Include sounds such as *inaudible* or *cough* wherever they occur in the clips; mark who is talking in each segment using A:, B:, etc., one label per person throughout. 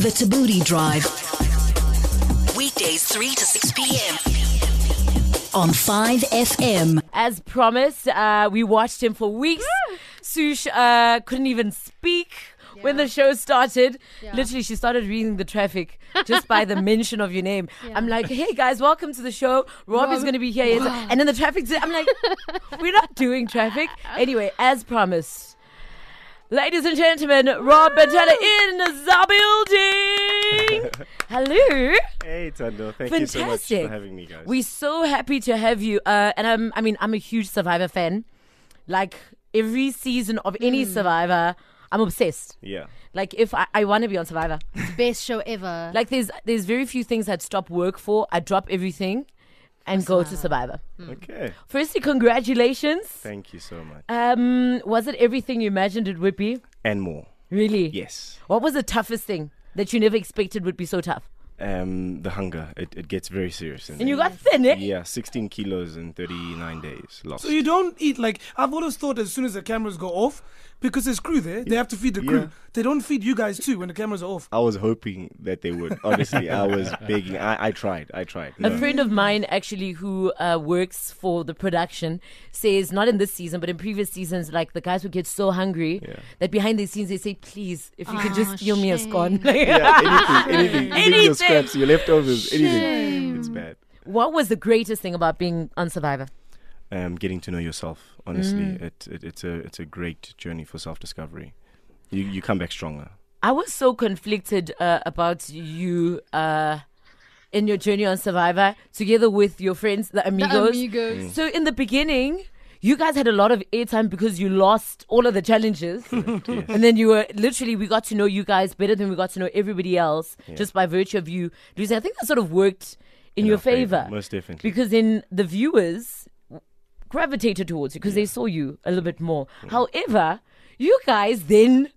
A: The Tabooty Drive. Weekdays 3 to 6 p.m. on 5FM.
B: As promised, uh, we watched him for weeks. Sush uh, couldn't even speak when the show started. Literally, she started reading the traffic just by the mention of your name. I'm like, hey guys, welcome to the show. Rob is going to be here. Yes. And then the traffic, I'm like, *laughs* we're not doing traffic. Anyway, as promised. Ladies and gentlemen, Rob Batella in the building. Hello.
C: Hey, Tando. Thank you so much
B: Fantastic.
C: for having me, guys.
B: We're so happy to have you. Uh, and I'm, I mean, I'm a huge Survivor fan. Like every season of any Survivor, I'm obsessed.
C: yeah.
B: Like if I, I want to be on Survivor,
D: best show ever.
B: like there's there's very few things I'd stop work for. I drop everything and go to Survivor.
C: Okay.
B: Firstly, congratulations.
C: Thank you so much.
B: Um, was it everything you imagined it would be?
C: And more.
B: Really?
C: Yes.
B: What was the toughest thing that you never expected would be so tough?
C: Um, the hunger. It, it gets very serious. in
B: And you
C: there.
B: got thin, eh?
C: Yeah, 16 kilos in 39 days. Lost.
E: So you don't eat like I've always thought as soon as the cameras go off, because there's crew there, they have to feed the crew.
C: Yeah.
E: They don't feed you guys too when the cameras are off.
C: I was hoping that they would. Honestly,
B: *laughs*
C: I was begging. I, I tried. I tried.
B: A
C: No.
B: friend of mine, actually, who uh, works for the production, says not in this season, but in previous seasons, like the guys would get so hungry
C: Yeah.
B: that behind the scenes they say, "Please, if you could
D: Aw,
B: just steal me a scone."
D: shame.
B: *laughs*
C: yeah, anything, anything, even
B: Anything.
C: your scraps, your leftovers, anything. It's bad.
B: what was the greatest thing about being on Survivor?
C: Um, getting to know yourself. Honestly,
B: Mm.
C: it, it it's a it's a great journey for self discovery. You you come back stronger.
B: I was so conflicted uh, about you uh, in your journey on Survivor, together with your friends, the amigos.
D: amigos.
C: Mm.
B: So in the beginning. You guys had a lot of airtime because you lost all of the challenges.
C: *laughs* Yes.
B: And then you were literally, we got to know you guys better than we got to know everybody else just by virtue of you losing. I think that sort of worked in,
C: In
B: your
C: our favor,
B: favor.
C: most definitely.
B: Because then the viewers gravitated towards you because they saw you a little bit more. However, you guys then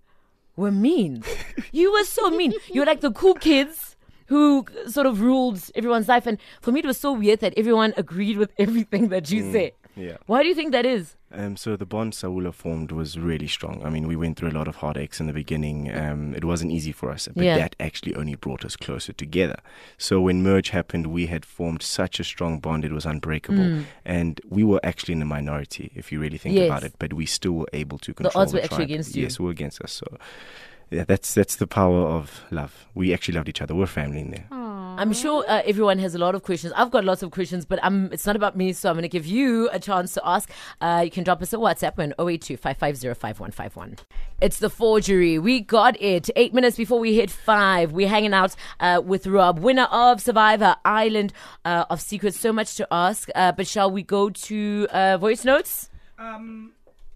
B: were mean. you were so mean. You were like the cool kids who sort of ruled everyone's life. And for me, it was so weird that everyone agreed with everything that you said.
C: Yeah.
B: Why do you think that is?
C: Um, so the bond Saula formed was really strong. I mean, we went through a lot of heartaches in the beginning. Um, it wasn't easy for us, but
B: Yeah.
C: that actually only brought us closer together. So when merge happened, we had formed such a strong bond; it was unbreakable.
B: Mm.
C: And we were actually in the minority, if you really think
B: Yes.
C: about it. But we still were able to control.
B: odds were actually
C: tribe.
B: against you.
C: Yes, we were against us. So yeah, that's that's the power of love. We actually loved each other. We're family in there.
B: I'm sure uh, everyone has a lot of questions. I've got lots of questions, but um, it's not about me, so I'm going to give you a chance to ask. Uh, you can drop us a WhatsApp on 082 550 It's the forgery. We got it. Eight minutes before we hit five. We're hanging out uh, with Rob, winner of Survivor Island uh, of Secrets. So much to ask, uh, but shall we go to uh, voice notes?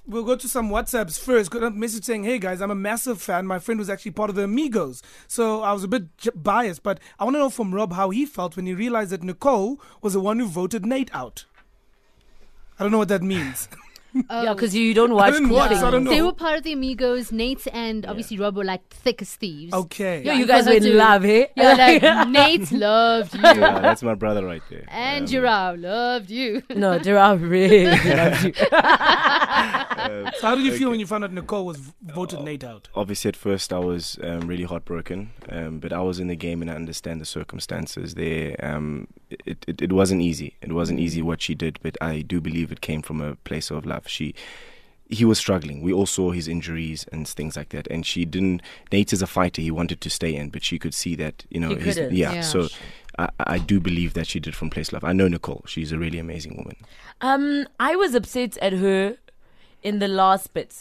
E: We'll go to some WhatsApps first. Got a message saying, "Hey guys, I'm a massive fan. My friend was actually part of the Amigos, so I was a bit j- biased. But I want to know from Rob how he felt when he realized that Nicole was the one who voted Nate out. I don't know what that means.
B: Yeah, because you don't watch
E: didn't watch,
C: Mm.
B: cool
E: *laughs* I
B: things.
E: don't know.
D: They were part of the Amigos. Nate and obviously Rob were like thick as thieves.
E: okay.
B: Yo, you guys were
D: Because I
B: in
D: do.
B: love, eh? *laughs*
D: Yeah, like Nate loved
C: *laughs*
D: you
C: yeah, that's my brother right there.
B: *laughs*
D: and
C: Um,
D: Giraffe loved you.
B: no, Gerard really loves you.
C: um,
E: so how did you feel when you found out Nicole was v- voted Nate out?
C: obviously at first I was um, really heartbroken, um, but I was in the game and I understand the circumstances there. Um, it, it, it wasn't easy. It wasn't easy what she did, but I do believe it came from a place of love. She he was struggling. We all saw his injuries and things like that. And she didn't. Nate is a fighter. He wanted to stay in, but she could see that you know.
B: He
C: his-
B: couldn't,
C: yeah,
D: yeah.
C: So I, I do believe that she did from place love. I know Nicole. She's a really amazing woman.
B: Um, I was upset at her in the last bit,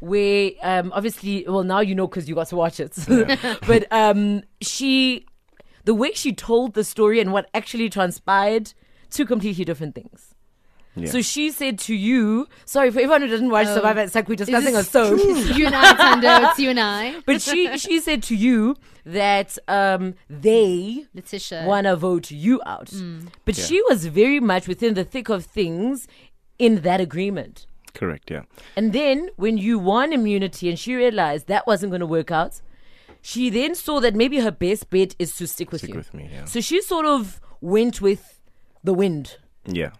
B: where um, obviously, well, now you know because you got to watch it. *laughs* but um, she, the way she told the story and what actually transpired, two completely different things.
C: Yeah.
B: So she said to you, sorry for everyone who didn't watch Survivor, it's like we're discussing
D: *laughs*
B: a soap.
D: you and I, Tando, it's you and
C: *laughs*
D: I.
B: But she she said to you that um, they
D: Letitia.
B: wanna vote you out. But she was very much within the thick of things in that agreement.
C: Correct. Yeah.
B: And then when you won immunity and she realized that wasn't going to work out, she then saw that maybe her best bet is to stick with
C: Stick
B: you.
C: with me. Yeah.
B: So she sort of went with the wind.
C: Yeah.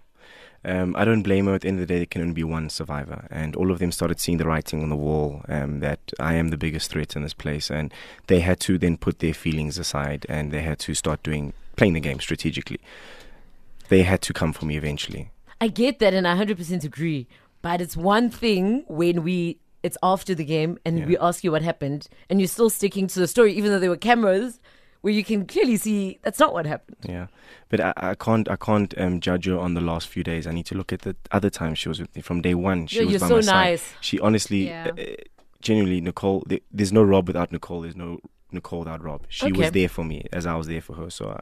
C: Um, I don't blame her. At the end of the day, there can only be one survivor, and all of them started seeing the writing on the wall um, that I am the biggest threat in this place, and they had to then put their feelings aside and they had to start doing playing the game strategically. They had to come for me eventually.
B: I get that and I 100% agree. But it's one thing when we, it's after the game and we ask you what happened and you're still sticking to the story, even though there were cameras where you can clearly see that's not what happened.
C: Yeah, but I, I can't I can't um, judge her on the last few days. I need to look at the other time she was with me from day one. She
B: Yo,
C: was
B: you're
C: by
B: so
C: my side.
B: nice.
C: She honestly,
D: Yeah.
C: uh, uh, genuinely, Nicole. There, there's no Rob without Nicole. There's no Nicole without Rob. She
B: Okay.
C: was there for me as I was there for her.
B: *laughs*
C: So I,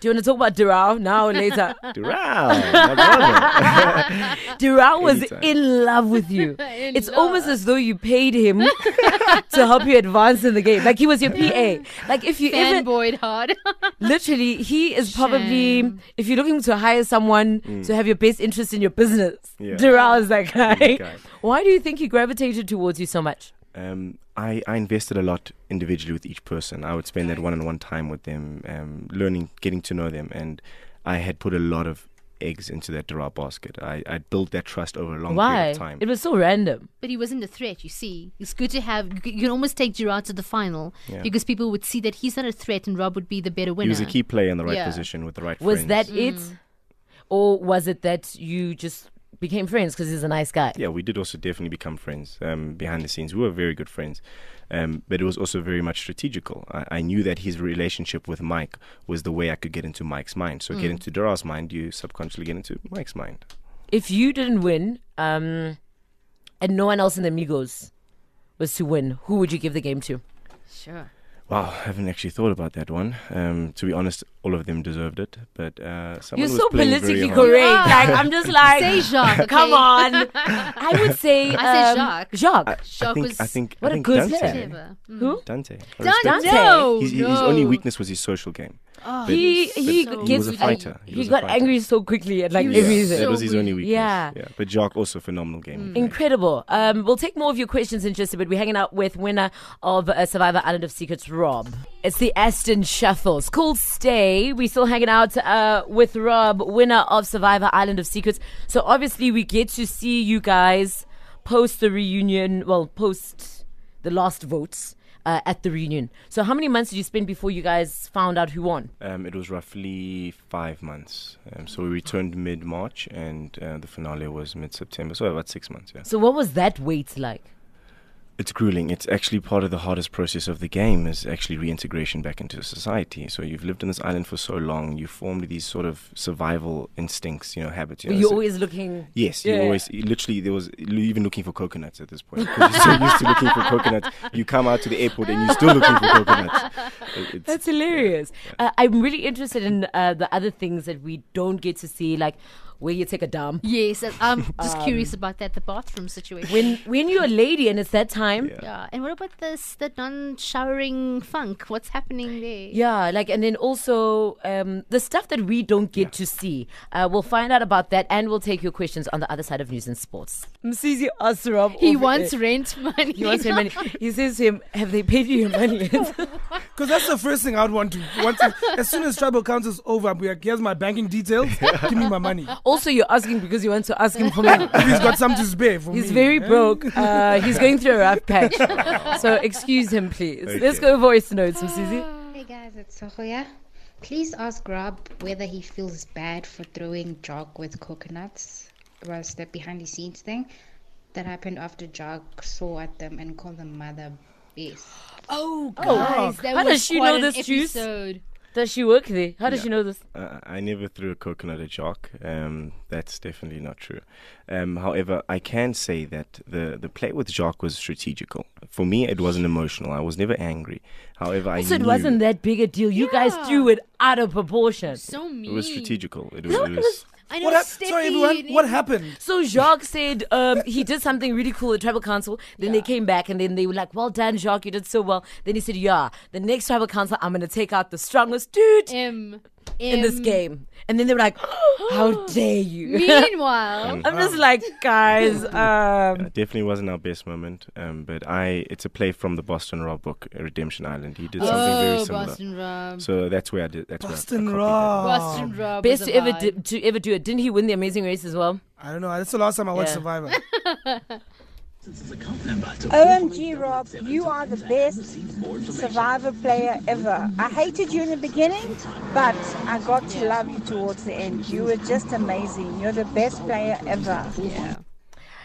B: Do you want to talk about Durao now or
D: *laughs*
B: later?
C: Doral, my brother. *laughs*
B: Durao was
C: Anytime.
B: in love with you.
D: *laughs* In
B: it's almost as though you paid
D: *laughs*
B: him to help you advance in the game. Like he was your PA. Like if you ever
D: Fanboyed hard. *laughs*
B: Literally, he is probably
D: Shame.
B: if you're looking to hire someone to have your best interest in your business.
C: Mm. Yeah.
B: Dural is that guy.
C: guy.
B: Why do you think he gravitated towards you so much?
C: Um, I, I invested a lot individually with each person. I would spend that one on one time with them, um, learning, getting to know them. And I had put a lot of eggs into that Doral basket. I, I built that trust over a long period
B: Why?
C: of time.
B: It was so random.
D: But he wasn't a threat, you see. It's good to have. You c- you can almost take Gerard to the final because people would see that he's not a threat and Rob would be the better winner.
C: he was a key player in the right
D: Yeah.
C: position with the right
B: Was
C: friends.
B: that
D: Mm.
B: it, or was it that you just became friends because he's a nice guy?
C: yeah, we did also definitely become friends um, behind the scenes. We were very good friends, um, but it was also very much strategical. I, I knew that his relationship with Mike was the way I could get into Mike's mind. So get
B: Mm.
C: into Doral's mind, you subconsciously get into Mike's mind.
B: If you didn't win, um, and no one else in the Migos was to win, who would you give the game to?
D: Sure.
C: Wow, I haven't actually thought about that one. Um, to be honest, all of them deserved it, but uh, someone
B: You're
C: was
B: so
C: playing very
B: politically
C: hard.
B: correct. Like I'm just like,
D: Say Jacques. Okay?
B: *laughs* come on.
D: *laughs*
B: I would say,
D: I said
B: um,
D: Jacques.
B: Jacques.
C: I
D: Jacques
C: think,
D: was
C: I think,
B: What
C: I
B: a
C: think
B: good
C: Dante.
B: player.
D: clever. Mm.
B: Who?
C: Dante. I
D: Dante.
C: respect him.
D: No,
C: His, his
D: no.
C: only weakness was his social game.
D: Oh,
C: But-
B: he he
C: but
B: gets
C: he was a fighter. He,
B: he
C: was a
B: got
C: fighter.
B: angry so quickly at like
D: was
C: Yeah,
B: everything.
C: That was his only weakness.
B: Yeah. Mm.
C: But Jacques also phenomenal game.
B: Incredible. Um, we'll take more of your questions in just a bit. We're hanging out with winner of uh, Survivor Island of Secrets, Rob. It's the Aston Shuffle. It's called Stay. We're still hanging out uh, with Rob, winner of Survivor Island of Secrets. So obviously, we get to see you guys post the reunion, well, post the last votes uh, at the reunion. So, how many months did you spend before you guys found out who won?
C: Um, it was roughly five months. Um, so we returned mid March, and uh, the finale was mid September. So about six months. Yeah.
B: So, what was that wait like?
C: It's grueling. It's actually part of the hardest process of the game is actually reintegration back into society. So you've lived on this island for so long, you formed these sort of survival instincts, you know, habits. You
B: Were
C: know,
B: you
C: Uh, so-
B: always looking.
C: Yes,
B: Yeah.
C: you always literally there was you even looking for coconuts at this point. 'cause You're so used to looking for coconuts. You come out to the airport and you're still looking for coconuts. It- it's-
B: That's hilarious. Uh, I'm really interested in uh, the other things that we don't get to see, like where you take a dump.
D: Yes, and
B: *laughs*
D: I'm just curious about that the bathroom situation.
B: Um, When when you're a lady and it's that time, yeah.
C: Yeah.
D: yeah, and what about this the non-showering funk? What's happening there?
B: like and then also um, the stuff that we don't get to see. Uh, we'll find out about that, and we'll take your questions on the other side of news and sports. Msizi asked Rob
D: He
B: over
D: wants
B: there-
D: rent *laughs* money.
B: uh, He wants your money. *laughs*
D: *laughs*
B: He says to him, "Have they paid you your money?" yet?"
E: Because that's the first thing I'd want to. Once as soon as tribal council is over, I'll be like, here's my banking details. Give me my money.
B: *laughs* also, you're asking because you want to ask him for *laughs* money.
E: If he's got some to spare for me.
B: He's very
E: eh?
B: broke. *laughs* Uh, he's going through a rough patch. *laughs* So excuse him, please. Let's go voice notes, Msizi.
F: Hey guys, it's Sohoya. Please ask Rob whether he feels bad for throwing Jog with coconuts. It was the behind the scenes thing that happened after Jog saw at them and called them mother beast.
D: Oh, guys, that
B: How
D: was
B: does she
D: quite
B: know
D: an
B: this juice?
D: episode.
B: Does she work there? How does she know this?
C: Uh, I never threw a coconut at Jock. Um, that's definitely not true. Um, however, I can say that the, the play with Jock was strategical. For me, it wasn't emotional. I was never angry. However, I
B: So it
C: knew
B: wasn't that big a deal. You guys threw it out of proportion.
D: So mean.
C: It was strategical. It was. It was
D: I know.
E: What hap-
D: Steffi,
E: Sorry, everyone.
D: and
E: What
D: he-
E: happened?
B: So Jacques said um, he did something really cool at Tribal Council. Then they came back and then they were like, "Well done, Jacques, you did so well." Then he said, "Yeah, the next Tribal Council, I'm gonna take out the strongest dude."
D: M
B: in this *laughs*
D: Um,
B: game. And then they were like, *gasps* how dare you?
D: Meanwhile,
B: I'm just like, *laughs* guys, um,
C: It definitely wasn't our best moment, um, but I it's a play from the Boston Rob book, uh, Redemption Island. He did something very
D: oh,
C: similar.
D: Boston Rob.
C: So that's where I did. That's
E: Boston
C: where I- I copied that.
E: Rob.
D: Boston Rob.
B: best
D: was
B: to
D: a
B: ever,
D: vibe.
B: di- to ever do it. Didn't he win the Amazing Race as well?
E: I don't know. That's the last time I watched
B: Yeah.
E: Survivor.
G: OMG, Rob, you are the best survivor player ever. I hated you in the beginning, but I got to love you towards the end. You were just amazing. You're the best player ever.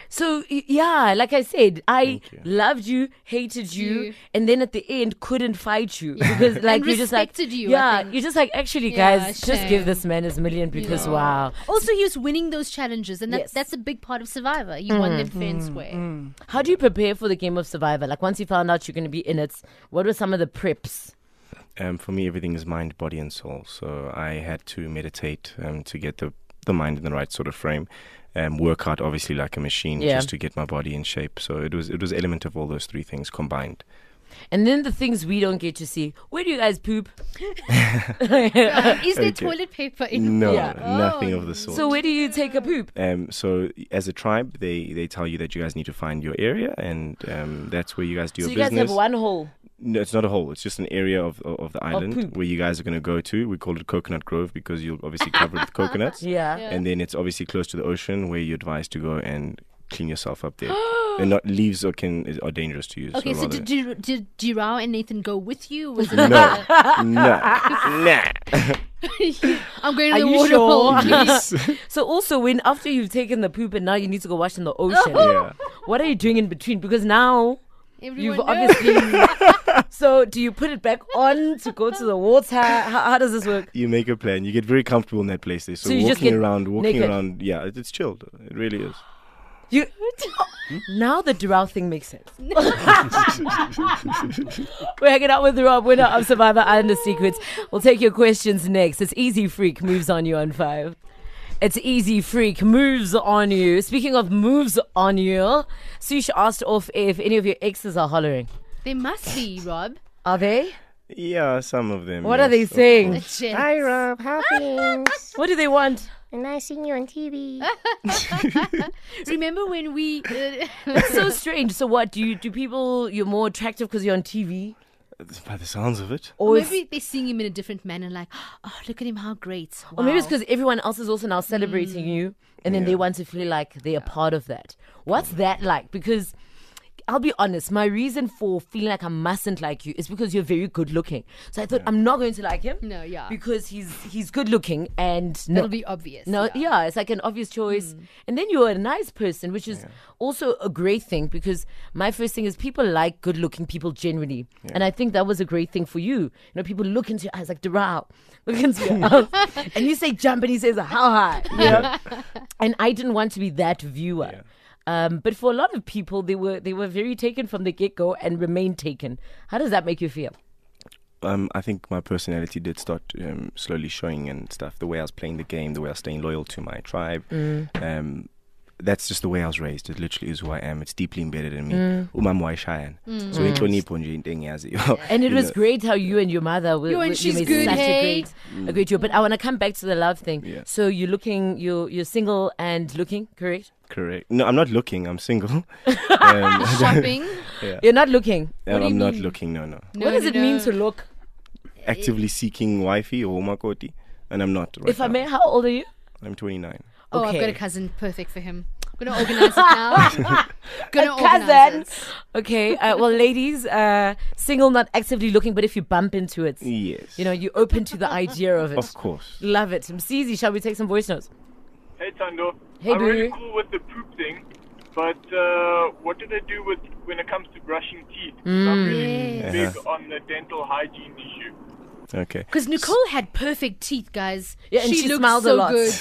B: So y- yeah, like I said, I
C: Thank you.
B: loved you, hated you,
D: You.
B: and then at the end couldn't fight you because like you just like
D: respected you, I
B: yeah,
D: think.
B: you're just like actually
D: Yeah,
B: guys, just give
D: shame.
B: this man his million because wow.
D: Also, he was winning those challenges, and that's
B: Yes. Mm-hmm.
D: that's a big part of Survivor. You won them fair and square.
B: How do you prepare for the game of Survivor? Like once you found out you're going to be in it, what were some of the preps?
C: Um, for me, everything is mind, body, and soul. So I had to meditate um, to get the the mind in the right sort of frame. Um, work out obviously like a machine
B: Yeah.
C: just to get my body in shape. So it was it was element of all those three things combined.
B: And then the things we don't get to see. Where do you guys poop?
D: Is there
C: Okay.
D: toilet paper in?
C: No,
B: Yeah. Oh.
C: nothing of the sort.
B: So where do you take a poop?
C: Um, so as a tribe, they, they tell you that you guys need to find your area, and um, that's where you guys do
B: So
C: your
B: you guys
C: business.
B: have one hole.
C: No, it's not a hole. It's just an area of of, of the island
B: poop.
C: where you guys are going to go to. We call it Coconut Grove because you'll obviously cover it
B: *laughs*
C: with coconuts.
B: Yeah.
C: And then it's obviously close to the ocean where you're advised to go and clean yourself
B: *gasps*
C: up there. and not leaves are can are dangerous to you.
D: Okay, so
C: rather-
D: did Gir- did Girao and Nathan go with you?
B: *laughs*
D: Was it? *laughs*
C: no, no, nah. *laughs*
D: I'm going
B: Are
D: to the
B: you
D: waterfall.
B: sure?
C: Yes.
B: So also when after you've taken the poop and now you need to go wash in the
D: *laughs*
B: ocean.
C: yeah.
B: What are you doing in between? Because now *laughs*
D: Everyone
B: You've
D: knows.
B: obviously. so, do you put it back on to go to the water? How, how does this work?
C: You make a plan. You get very comfortable in that place. There. So,
B: So you
C: walking
B: just get
C: around, walking
B: naked?
C: around. Yeah, it, it's chilled. It really is.
B: You now the Dural thing makes sense. We're hanging out with Rob, winner of Survivor and the Secrets. We'll take your questions next. It's Easy Freak moves on you on five. It's Easy Freak moves on you. Speaking of moves on you, Sush asked off if any of your exes are hollering.
D: There must be Rob.
B: Are they?
C: Yeah, some of them.
B: What
C: yes,
B: are they
C: of
B: saying?
C: course.
D: Hi, Rob.
H: How things?
B: What do they want?
H: nice seeing you on TV.
D: Remember
B: *laughs*
D: when we? Uh,
B: It's so strange. So what do you do? People, you're more attractive because you're on TV,
C: By the sounds of it.
B: or it's-
D: maybe they're seeing him in a different manner, like, *gasps* oh, look at him, how great.
B: or maybe it's
D: Wow." Mm.
B: because everyone else is also now celebrating you, and then they want to feel like they are part of that. What's that like? Because I'll be honest, my reason for feeling like I mustn't like you is because you're very good looking. So I thought I'm not going to like him.
D: No, yeah.
B: because he's he's good looking and no,
D: That'll be obvious.
B: No, yeah. it's like an obvious choice. And then you're a nice person, which is also a great thing because my first thing is people like good looking people generally. And I think that was a great thing for you. You know, people look into your eyes like Doral, look into your eyes. And you say jump and he says how high. You know? and I didn't want to be that viewer. Um, but for a lot of people, they were they were very taken from the get go and remained taken. How does that make you feel?
C: um, I think my personality did start um, slowly showing and stuff. The way I was playing the game, the way I was staying loyal to my tribe.
B: Mm.
C: Um, that's just the way I was raised. It literally is who I am. It's deeply embedded in me.
B: Mm.
C: Umam Waishayan. So inhlonipho nje into *laughs* engiyaziyo.
B: And it
C: You
B: was
C: know,
B: great how you and your mother were,
D: You and
B: were-
D: she's
B: made
D: good,
B: such
D: hey?
B: a great, a great job. But I want to come back to the love thing.
C: Yeah.
B: So you're looking, you're you're single and looking, correct?
C: Correct. No, I'm not looking. I'm *laughs* single. um,
B: *laughs*
D: Shopping.
B: You're not looking.
C: I'm not looking. No, no.
D: No,
B: what does
D: no,
B: it mean
D: no.
B: to look?
C: Actively seeking wifey or umakoti, and I'm not. Right
B: If I
C: now.
B: may, how old are you?
C: I'm 29.
D: Oh, I've got
B: Okay.
D: a cousin. Perfect for him. Gonna organize
B: *laughs*
D: it now. Gonna organize
B: cousin.
D: it.
B: Okay. Uh, well, *laughs* ladies, uh, single, not actively looking, but if you bump into it,
C: Yes.
B: you know, you're open to the idea
C: *laughs*
B: of it.
C: Of course.
B: Love it. Mzizi, shall we take some voice notes?
I: Hey Tando.
B: Hey,
I: I'm really
B: boo.
I: cool with the poop thing, but uh, what do they do with when it comes to brushing teeth?
B: Mm.
I: 'Cause I'm really
C: Yes.
I: big on the dental hygiene issue.
C: Uh-huh. Okay.
D: Because Nicole had perfect teeth, guys.
B: Yeah, and she
D: looked
B: smiles a
D: so
B: lot. *laughs*
D: good.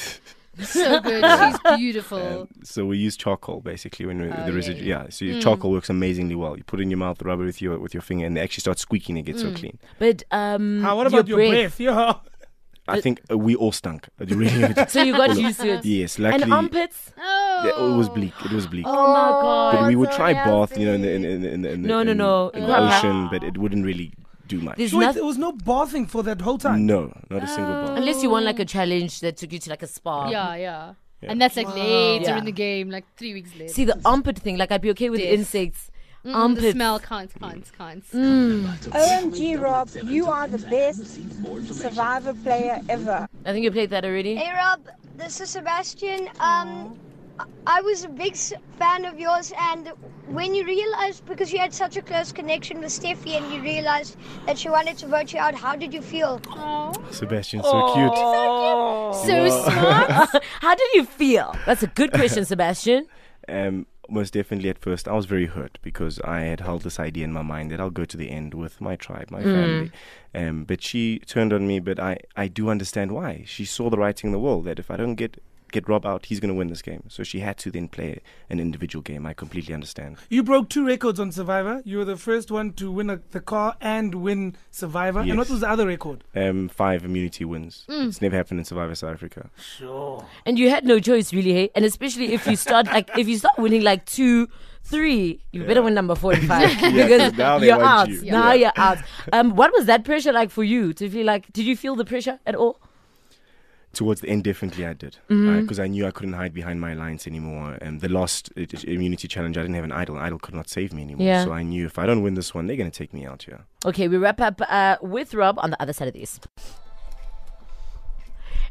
D: So good. She's beautiful.
C: So we use charcoal basically when
B: Oh,
C: we, the residue. Yeah. So
B: Mm.
C: your charcoal works amazingly well. You put it in your mouth, rub it with your with your finger, and they actually start squeaking. It gets
B: Mm.
C: so clean.
B: But um,
E: Ah, what about your, breath? *laughs* Yeah.
C: I think uh, we all stunk. *laughs* Uh, you really-
B: *laughs* So you got used to it.
C: *laughs* yes. Luckily,
B: And armpits.
C: yeah, it was bleak. It was bleak.
B: Oh my god.
C: but we would try bath, you know, in the in the in the, in the,
B: No, no,
C: in-
B: no.
C: in the
B: Crap.
C: ocean, but it wouldn't really do much.
B: There's
E: Wait,
B: nothing.
E: there was no bathing for that whole time.
C: No, not a single bar.
B: Unless you want like a challenge that took you to like a spa.
D: Yeah, yeah. And that's like later
B: Yeah.
D: in the game, like three weeks later.
B: See the armpit thing. Like I'd be okay with
D: Yes.
B: insects.
D: Mm, the
B: armpits.
D: smell can't, can't, can't.
G: OMG, Rob, you are the best survivor player ever.
B: I think you played that already.
J: Hey Rob, this is Sebastian. Um, I was a big s- fan of yours, and when you realized because you had such a close connection with Steffi, and you realized that she wanted to vote you out, how did you feel?
C: Sebastian,
B: Oh.
C: so cute.
D: So smart.
B: *laughs* How did you feel? That's a good question, Sebastian.
C: Um, most definitely at first, I was very hurt because I had held this idea in my mind that I'll go to the end with my tribe, my family. Um, but she turned on me, but I, I do understand why. She saw the writing in the wall that if I don't get get Rob out, he's going to win this game. So she had to then play an individual game. I completely understand.
E: You broke two records on Survivor. You were the first one to win a, the car and win Survivor. And
C: Yes.
E: what was the other record?
C: Um, five immunity wins. It's never happened in Survivor South Africa.
B: And you had no choice, really, hey. And especially if you start like if you start winning like two, three, you better win number four and
C: *laughs*
B: five because
C: now they
B: you're out.
C: want you.
B: Now
C: Yeah.
B: you're out. Um, what was that pressure like for you? To feel like, did you feel the pressure at all?
C: Towards the end, definitely I did,
B: Mm-hmm.
C: because I knew I couldn't hide behind my alliance anymore. And the last uh, uh, immunity challenge, I didn't have an idol. Idol could not save me anymore.
B: Yeah.
C: So I knew if I don't win this one, they're going to take me out here.
B: Okay, we wrap up uh, with Rob on the other side of this.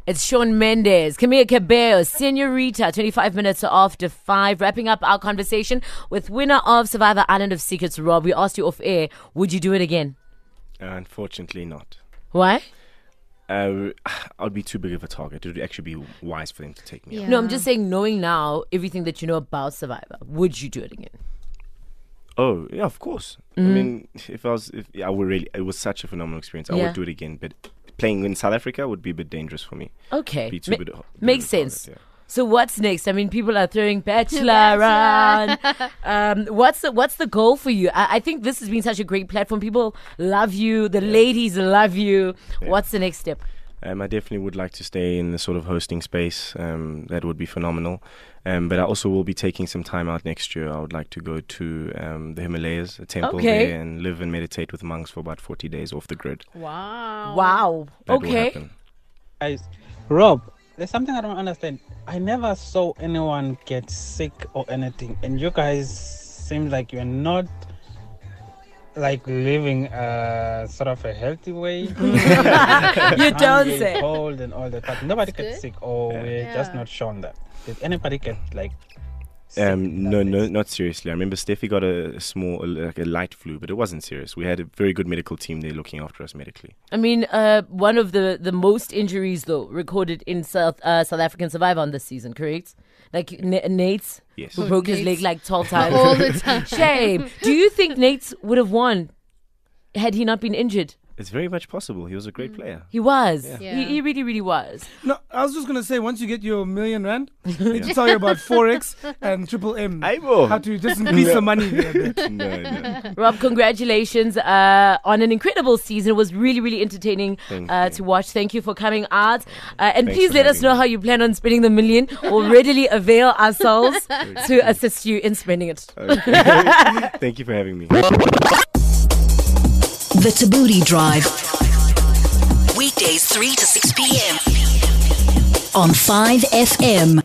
B: It's Sean Mendes, Camille Cabello, Senorita, 25 minutes after 5. Wrapping up our conversation with winner of Survivor Island of Secrets, Rob. We asked you off air, would you do it again?
C: Uh, unfortunately, not.
B: Why?
C: Uh, *sighs* I'd be too big of a target. It would actually be wise for them to take me out.
B: No, I'm just saying, knowing now everything that you know about Survivor, would you do it again?
C: Oh yeah, of course.
B: Mm-hmm.
C: I mean, if I was, if I would really, it was such a phenomenal experience. I
B: Yeah.
C: would do it again. But playing in South Africa would be a bit dangerous for me.
B: Okay.
C: Be too
B: Ma-
C: good a-
B: makes
C: good at it,
B: sense.
C: yeah.
B: So what's next? I mean, people are throwing Bachelor around. um, what's the what's the goal for you? I, I think this has been such a great platform. People love you. The ladies love you. What's the next step?
C: Um, I definitely would like to stay in the sort of hosting space. Um, that would be phenomenal. Um, but I also will be taking some time out next year. I would like to go to um, the Himalayas, a temple
B: Okay.
C: there, and live and meditate with monks for about 40 days off the grid.
B: Wow.
C: That will
B: okay.
C: happen.
K: Guys, Rob, there's something I don't understand. I never saw anyone get sick or anything, and you guys seem like you're not like living a sort of a healthy way. *laughs*
B: you don't
K: Hungry,
B: say.
K: cold and all that, but nobody gets sick, or we're just not shown that. Did anybody get like? sick
C: Um,
K: that
C: no,
K: day?
C: no, not seriously. I remember Steffi got a small, like a light flu, but it wasn't serious. We had a very good medical team there looking after us medically.
B: I mean, uh, one of the, the most injuries though recorded in South uh, South African Survivor on this season, correct? Like N- Nate's,
C: Yes.
B: who broke his
D: Nate's.
B: leg like twelve times.
D: All the
B: *laughs*
D: time.
B: Shame. Do you think Nate's would have won had he not been injured?
C: It's very much possible. He was a great player.
B: He was.
D: Yeah.
B: He, he really, really was.
E: No, I was just going to say, once you get your million rand, they just tell you about Forex and Triple M.
C: Abel.
E: How to just increase the money there a
C: *laughs*
E: bit.
C: no, no.
B: *laughs* Rob, congratulations uh, on an incredible season. It was really, really entertaining
C: Thank
B: uh,
C: you.
B: to watch. Thank you for coming out. Uh, and
C: Thanks
B: please
C: for
B: let us
C: having
B: know
C: me.
B: how you plan on spending the million. We'll readily avail
C: *laughs*
B: ourselves to assist you in spending it.
C: Okay. *laughs* Thank you for having me.
A: The Tabooty Drive. Weekdays 3 to 6 p.m. on 5 FM.